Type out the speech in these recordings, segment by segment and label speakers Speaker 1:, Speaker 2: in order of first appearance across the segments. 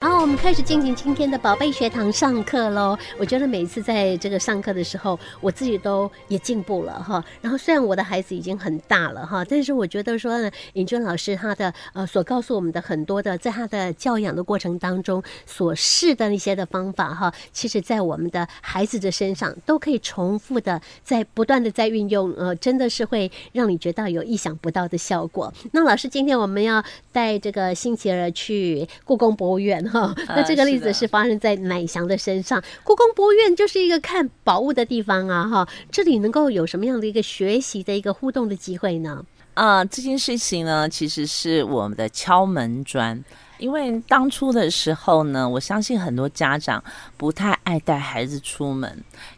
Speaker 1: 啊们开始进行今天的宝贝学堂上课喽。我觉得每一次在这个上课的时候，我自己都也进步了哈。然后虽然我的孩子已经很大了哈，但是我觉得说呢，尹娟老师他的呃所告诉我们的很多的，在他的教养的过程当中所试的一些的方法哈，其实在我们的孩子的身上都可以重复的在不断的在运用，呃，真的是会让你觉得有意想不到的效果。那老师，今天我们要带这个星奇儿去故宫博物院哈， 那这个例子是发生在乃翔的身上。故宫博物院就是一个看宝物的地方啊哈，这里能够有什么样的一个学习的一个互动的机会呢？
Speaker 2: 啊、这件事情呢，其实是我们的敲门砖。因为当初的时候呢，我相信很多家长不太爱带孩子出门，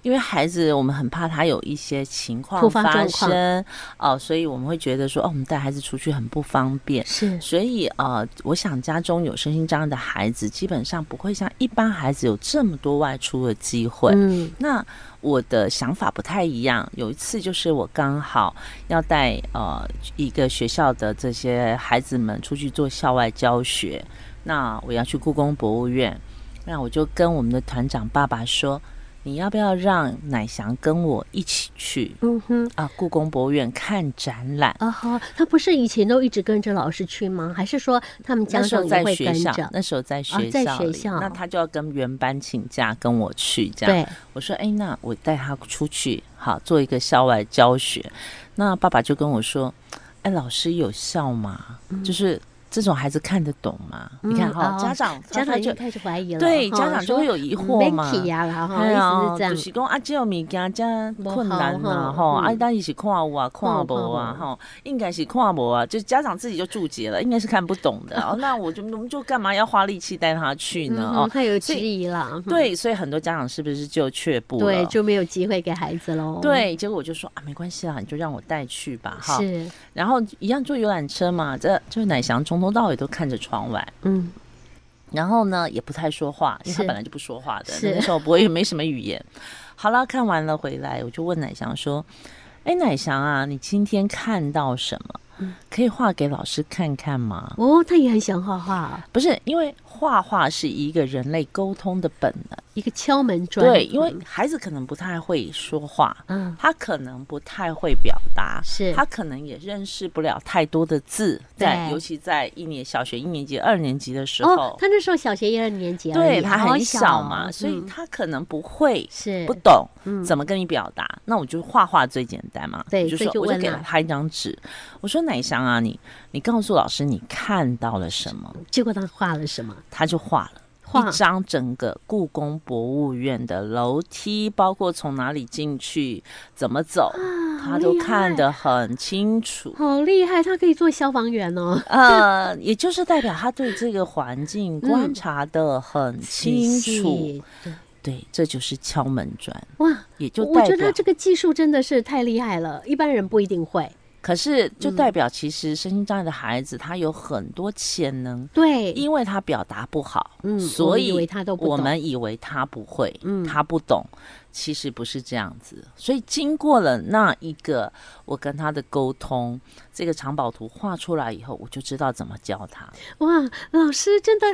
Speaker 2: 因为孩子我们很怕他有一些情况
Speaker 1: 突发状
Speaker 2: 发
Speaker 1: 况
Speaker 2: 生哦、所以我们会觉得说，哦，我们带孩子出去很不方便。
Speaker 1: 是
Speaker 2: 所以呃，我想家中有身心障碍的孩子，基本上不会像一般孩子有这么多外出的机会。
Speaker 1: 嗯，
Speaker 2: 那我的想法不太一样。有一次就是我刚好要带呃一个学校的这些孩子们出去做校外教学，那我要去故宫博物院，那我就跟我们的团长爸爸说，你要不要让乃翔跟我一起去
Speaker 1: 嗯哼，
Speaker 2: 啊、故宫博物院看展览？
Speaker 1: 啊哈，他不是以前都一直跟着老师去吗？还是说他们家
Speaker 2: 那时候
Speaker 1: 长也
Speaker 2: 在
Speaker 1: 会
Speaker 2: 学
Speaker 1: 跟
Speaker 2: 校，
Speaker 1: 着？
Speaker 2: 那时候在学
Speaker 1: 在
Speaker 2: 校
Speaker 1: 学
Speaker 2: 里，
Speaker 1: 校
Speaker 2: 那他就要跟原班请假跟我去这样。
Speaker 1: 对，
Speaker 2: 我说：“哎，那我带他出去，好做一个校外教学。”那爸爸就跟我说：“哎，老师有效吗？就是这种孩子看得懂吗？你看哈、
Speaker 1: 嗯哦
Speaker 2: 家长
Speaker 1: 家
Speaker 2: 他
Speaker 1: 长就
Speaker 2: 就
Speaker 1: 开始怀疑了，
Speaker 2: 对
Speaker 1: 哈
Speaker 2: 家长就
Speaker 1: 说嗯
Speaker 2: 会有疑惑嘛。
Speaker 1: 没去呀，然后
Speaker 2: 哎呀
Speaker 1: 意思是这样
Speaker 2: 就，是讲啊，这有物件真困难
Speaker 1: 不好
Speaker 2: 呐、
Speaker 1: 哈
Speaker 2: 吼、啊，
Speaker 1: 嗯
Speaker 2: 但是是看有啊，看
Speaker 1: 看有
Speaker 2: 无啊，
Speaker 1: 看无
Speaker 2: 吼，应该是看无啊，就家长自己就注解了，应该是看不懂 的。哦，那我就我们就干嘛要花力气带他去呢？
Speaker 1: 嗯
Speaker 2: 哦
Speaker 1: 哼，，他有质
Speaker 2: 所以
Speaker 1: 疑了，嗯
Speaker 2: 对，所以很多家长是不是就却步了？
Speaker 1: 对，就没有机会给孩子喽。，
Speaker 2: 对，结果我就说啊，没关系啦，你就让我带去吧，哈。
Speaker 1: 是，
Speaker 2: 然后一样坐游览车嘛，这就是奶翔从头到尾都看着窗外，
Speaker 1: 嗯，
Speaker 2: 然后呢也不太说话，因为他
Speaker 1: 是
Speaker 2: 本来就不说话的，
Speaker 1: 是
Speaker 2: 那时候我也没什么语言。好了，看完了回来，我就问奶翔说：“哎，奶翔啊，你今天看到什么？
Speaker 1: 嗯
Speaker 2: 可以画给老师看看吗
Speaker 1: 哦，他也很喜欢画画，？”
Speaker 2: 不是，因为画画是一个人类沟通的本能，
Speaker 1: 一个敲门砖，
Speaker 2: 对，因为孩子可能不太会说话，
Speaker 1: 嗯，
Speaker 2: 他可能不太会表达，
Speaker 1: 是
Speaker 2: 他可能也认识不了太多的字，在
Speaker 1: 对
Speaker 2: 尤其在一年小学一年级、二年级的时候，
Speaker 1: 哦，他那时候小学一二年级而已，啊
Speaker 2: 对他
Speaker 1: 好
Speaker 2: 很
Speaker 1: 小
Speaker 2: 嘛，
Speaker 1: 哦
Speaker 2: 所以
Speaker 1: 嗯
Speaker 2: 他可能不会、
Speaker 1: 是
Speaker 2: 不懂
Speaker 1: 嗯
Speaker 2: 怎么跟你表达。那我就画画最简单嘛，
Speaker 1: 对
Speaker 2: 我就
Speaker 1: 所以
Speaker 2: 说
Speaker 1: 就
Speaker 2: 我就
Speaker 1: 问
Speaker 2: 给
Speaker 1: 了
Speaker 2: 了他一张纸，我说奶香啊，你你告诉老师你看到了什么，
Speaker 1: 结果他画了什么？
Speaker 2: 他就画了。
Speaker 1: 画
Speaker 2: 一张整个故宫博物院的楼梯，包括从哪里进去、怎么
Speaker 1: 啊
Speaker 2: 走，他都看得很清楚。
Speaker 1: 好厉害，他可以做消防员哦。
Speaker 2: 呃，也就是代表他对这个环境
Speaker 1: 嗯
Speaker 2: 观察得很清 楚，
Speaker 1: 仔细。
Speaker 2: 对，这就是敲门砖，
Speaker 1: 哇，
Speaker 2: 也就
Speaker 1: 我
Speaker 2: 代
Speaker 1: 觉得
Speaker 2: 表
Speaker 1: 他。这个技术真的是太厉害了，一般人不一定会。
Speaker 2: 可是就
Speaker 1: 嗯
Speaker 2: 代表其实身心障碍的孩子他有很多潜能，
Speaker 1: 对，
Speaker 2: 因为他表达不好，
Speaker 1: 嗯我
Speaker 2: 所
Speaker 1: 们以
Speaker 2: 以
Speaker 1: 为他都不懂
Speaker 2: 我们以为他不会，
Speaker 1: 嗯
Speaker 2: 他不懂，其实不是这样子。所以经过了那一个我跟他的沟通，这个藏宝图画出来以后，我就知道怎么教他。
Speaker 1: 哇，老师真的，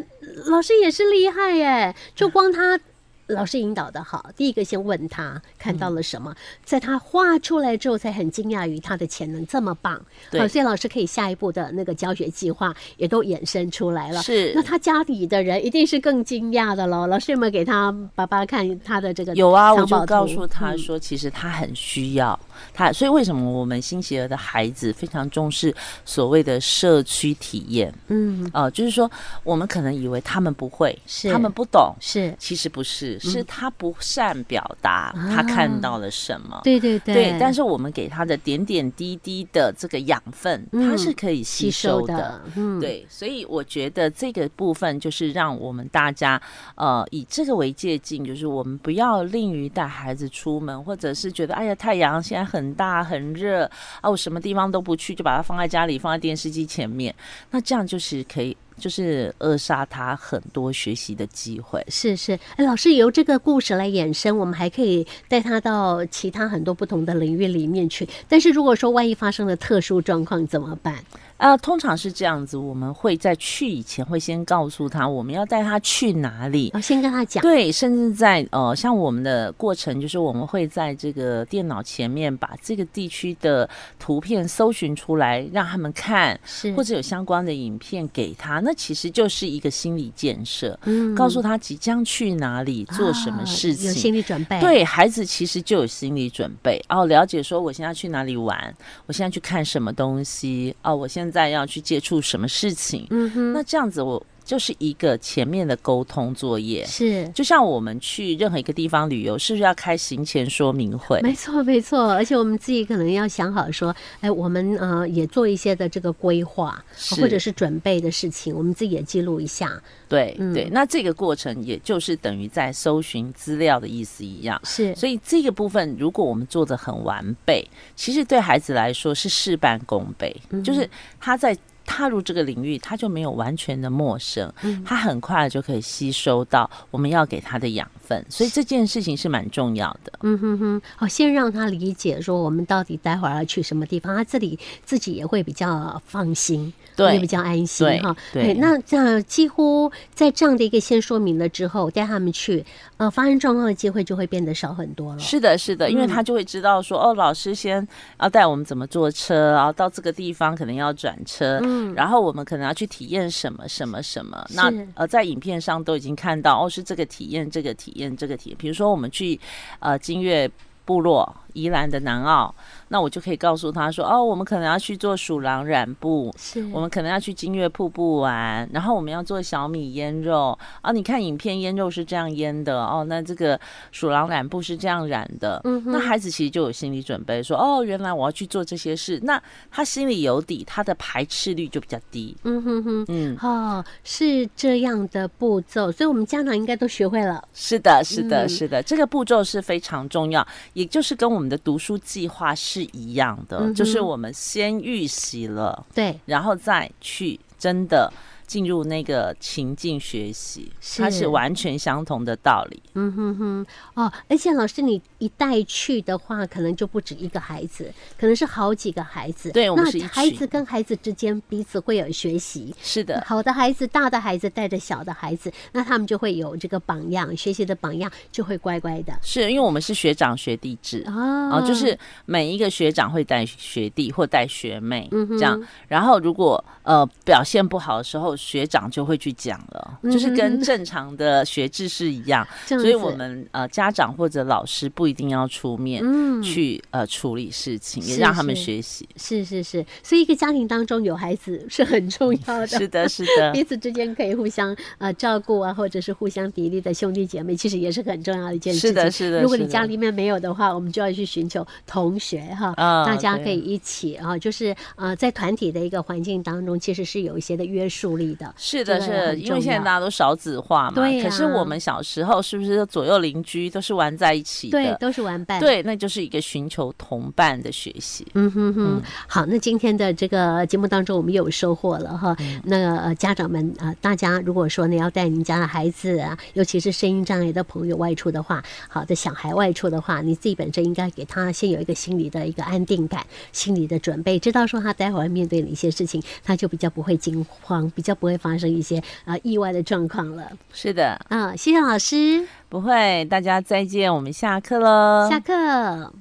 Speaker 1: 老师也是厉害耶！就光他，老师引导的好，第一个先问他看到了什么，
Speaker 2: 嗯
Speaker 1: 在他画出来之后，才很惊讶于他的潜能这么棒。
Speaker 2: 对
Speaker 1: 好所以老师可以下一步的那个教学计划也都衍生出来了。
Speaker 2: 是
Speaker 1: 那他家里的人一定是更惊讶的喽。老师有没有给他爸爸看他的这个
Speaker 2: 有啊，我
Speaker 1: 藏宝图嗯
Speaker 2: 就告诉他说，其实他很需要他，所以为什么我们新奇儿的孩子非常重视所谓的社区体验？
Speaker 1: 嗯，
Speaker 2: 呃，就是说我们可能以为他们不会，
Speaker 1: 是嗯
Speaker 2: 他们不懂，
Speaker 1: 是，
Speaker 2: 其实不是，是他不善表达，他看到了什么。
Speaker 1: 对啊对对，
Speaker 2: 对，但是我们给他的点点滴滴的这个养分，
Speaker 1: 嗯
Speaker 2: 他是可以
Speaker 1: 吸
Speaker 2: 吸
Speaker 1: 收
Speaker 2: 收
Speaker 1: 的，嗯，
Speaker 2: 对，所以我觉得这个部分就是让我们大家呃以这个为借鉴，就是我们不要吝于带孩子出门，或者是觉得哎呀太阳现在很大很热啊，我什么地方都不去，就把它放在家里，放在电视机前面，那这样就是可以就是扼杀他很多学习的机会。
Speaker 1: 是是，哎，老师由这个故事来衍生，我们还可以带他到其他很多不同的领域里面去。但是如果说万一发生了特殊状况怎么办？
Speaker 2: 啊，通常是这样子，我们会在去以前会先告诉他我们要带他去哪里，
Speaker 1: 哦，先跟他讲，
Speaker 2: 对，甚至在呃，像我们的过程，就是我们会在这个电脑前面把这个地区的图片搜寻出来，让他们看，
Speaker 1: 是
Speaker 2: 或者有相关的影片给他。那其实就是一个心理建设，
Speaker 1: 嗯
Speaker 2: 告诉他即将去哪里，做什么事
Speaker 1: 啊有
Speaker 2: 情。
Speaker 1: 心理准备，，
Speaker 2: 对孩子其实就有心理准备哦，了解说我现在去哪里玩，我现在去看什么东西哦，我现在要去接触什么事情。
Speaker 1: 嗯哼，
Speaker 2: 那这样子我就是一个前面的沟通作业。
Speaker 1: 是。
Speaker 2: 就像我们去任何一个地方旅游，是不是要开行前说明会？
Speaker 1: 没错，没错，而且我们自己可能要想好说，哎，我们呃也做一些的这个规划，
Speaker 2: 是
Speaker 1: 或者是准备的事情，我们自己也记录一下。
Speaker 2: 对、
Speaker 1: 嗯
Speaker 2: 对，那这个过程也就是等于在搜寻资料的意思一样。
Speaker 1: 是，
Speaker 2: 所以这个部分，如果我们做的很完备，其实对孩子来说是事半功倍，
Speaker 1: 嗯
Speaker 2: 就是他在。踏入这个领域，他就没有完全的陌生，
Speaker 1: 嗯
Speaker 2: 他很快就可以吸收到我们要给他的养分，所以这件事情是蛮重要的。
Speaker 1: 嗯哼哼，好，先让他理解说我们到底待会儿要去什么地方，他这里自己也会比较放心，
Speaker 2: 对
Speaker 1: 也比较安心
Speaker 2: 对
Speaker 1: 哈。
Speaker 2: 对
Speaker 1: 哎那这样几乎在这样的一个先说明了之后，带他们去，呃，发生状况的机会就会变得少很多了。
Speaker 2: 是的，是
Speaker 1: 嗯
Speaker 2: 的，因为他就会知道说，哦，老师先要带我们怎么坐车，然后到这个地方可能要转车，
Speaker 1: 嗯
Speaker 2: 然后我们可能要去体验什么什么什么。那
Speaker 1: 是
Speaker 2: 呃，在影片上都已经看到，哦，是这个体验，这个体验，这个体验。比如说我们去呃金月部落，宜兰的南澳，那我就可以告诉他说，哦，我们可能要去做鼠狼染布，
Speaker 1: 是，
Speaker 2: 我们可能要去金月瀑布玩，然后我们要做小米腌肉啊！你看影片，腌肉是这样腌的哦，那这个鼠狼染布是这样染的。
Speaker 1: 嗯哼
Speaker 2: 那孩子其实就有心理准备说，哦，原来我要去做这些事，那他心里有底，他的排斥率就比较低。
Speaker 1: 嗯哼哼。
Speaker 2: 嗯，
Speaker 1: 哦，是这样的步骤，所以我们家长应该都学会了。
Speaker 2: 是的，是的，
Speaker 1: 嗯
Speaker 2: 是的，这个步骤是非常重要，也就是跟我们的读书计划是一样的，
Speaker 1: 嗯哼
Speaker 2: 就是我们先预习了，
Speaker 1: 对，
Speaker 2: 然后再去真的进入那个情境学习，
Speaker 1: 是
Speaker 2: 它是完全相同的道理。
Speaker 1: 嗯哼哼，哦，而且老师，你一带去的话，可能就不止一个孩子，可能是好几个孩子。
Speaker 2: 对我们
Speaker 1: 那
Speaker 2: 是一群
Speaker 1: 孩子跟孩子之间彼此会有学习。
Speaker 2: 是的，
Speaker 1: 好的孩子，大的孩子带着小的孩子，那他们就会有这个榜样，学习的榜样就会乖乖的。
Speaker 2: 是因为我们是学长学弟制。
Speaker 1: 哦
Speaker 2: 哦，就是每一个学长会带学弟或带学妹、
Speaker 1: 嗯哼
Speaker 2: 这样，然后如果呃表现不好的时候，学长就会去讲了，就是跟正常的学制是一样，
Speaker 1: 嗯这样
Speaker 2: 所以
Speaker 1: 子
Speaker 2: 我们呃家长或者老师不一定要出面
Speaker 1: 嗯
Speaker 2: 去、呃处理事情，也
Speaker 1: 是
Speaker 2: 让他们
Speaker 1: 是
Speaker 2: 学习。
Speaker 1: 是是是，所以一个家庭当中有孩子是很重要的。
Speaker 2: 是啊的，是 的，
Speaker 1: 彼此之间可以互相呃照顾啊，或者是互相砥砺的兄弟姐妹，其实也是很重要的一件事情。
Speaker 2: 是的是的
Speaker 1: 如果你
Speaker 2: 是的
Speaker 1: 家里面没有的话，我们就要去寻求同学哈，
Speaker 2: 啊
Speaker 1: 大家可
Speaker 2: 对
Speaker 1: 以一起啊，就是呃在团体的一个环境当中，其实是有一些的约束力的。
Speaker 2: 是的，
Speaker 1: 这
Speaker 2: 是
Speaker 1: 个
Speaker 2: 的，
Speaker 1: 很
Speaker 2: 因为
Speaker 1: 重
Speaker 2: 现在
Speaker 1: 要
Speaker 2: 大家都少子化嘛。
Speaker 1: 对
Speaker 2: 可是
Speaker 1: 啊
Speaker 2: 我们小时候是不是左右邻居都是玩在一起
Speaker 1: 对，
Speaker 2: 的？
Speaker 1: 都是玩伴。。
Speaker 2: 对，那就是一个寻求同伴的学习。
Speaker 1: 嗯哼哼，好，那今天的这个节目当中，我们又有收获了哈。那呃，家长们啊、呃大家如果说呢要带您家的孩子啊，尤其是声音障碍的朋友外出的话，好的小孩外出的话，你自己本身应该给他先有一个心理的一个安定感，心理的准备，知道说他待会儿面对哪些事情，他就比较不会惊慌，比较不会发生一些呃意外的状况了。
Speaker 2: 是的，
Speaker 1: 啊、谢谢老师，
Speaker 2: 不会，大家再见，我们下课喽。
Speaker 1: 下课。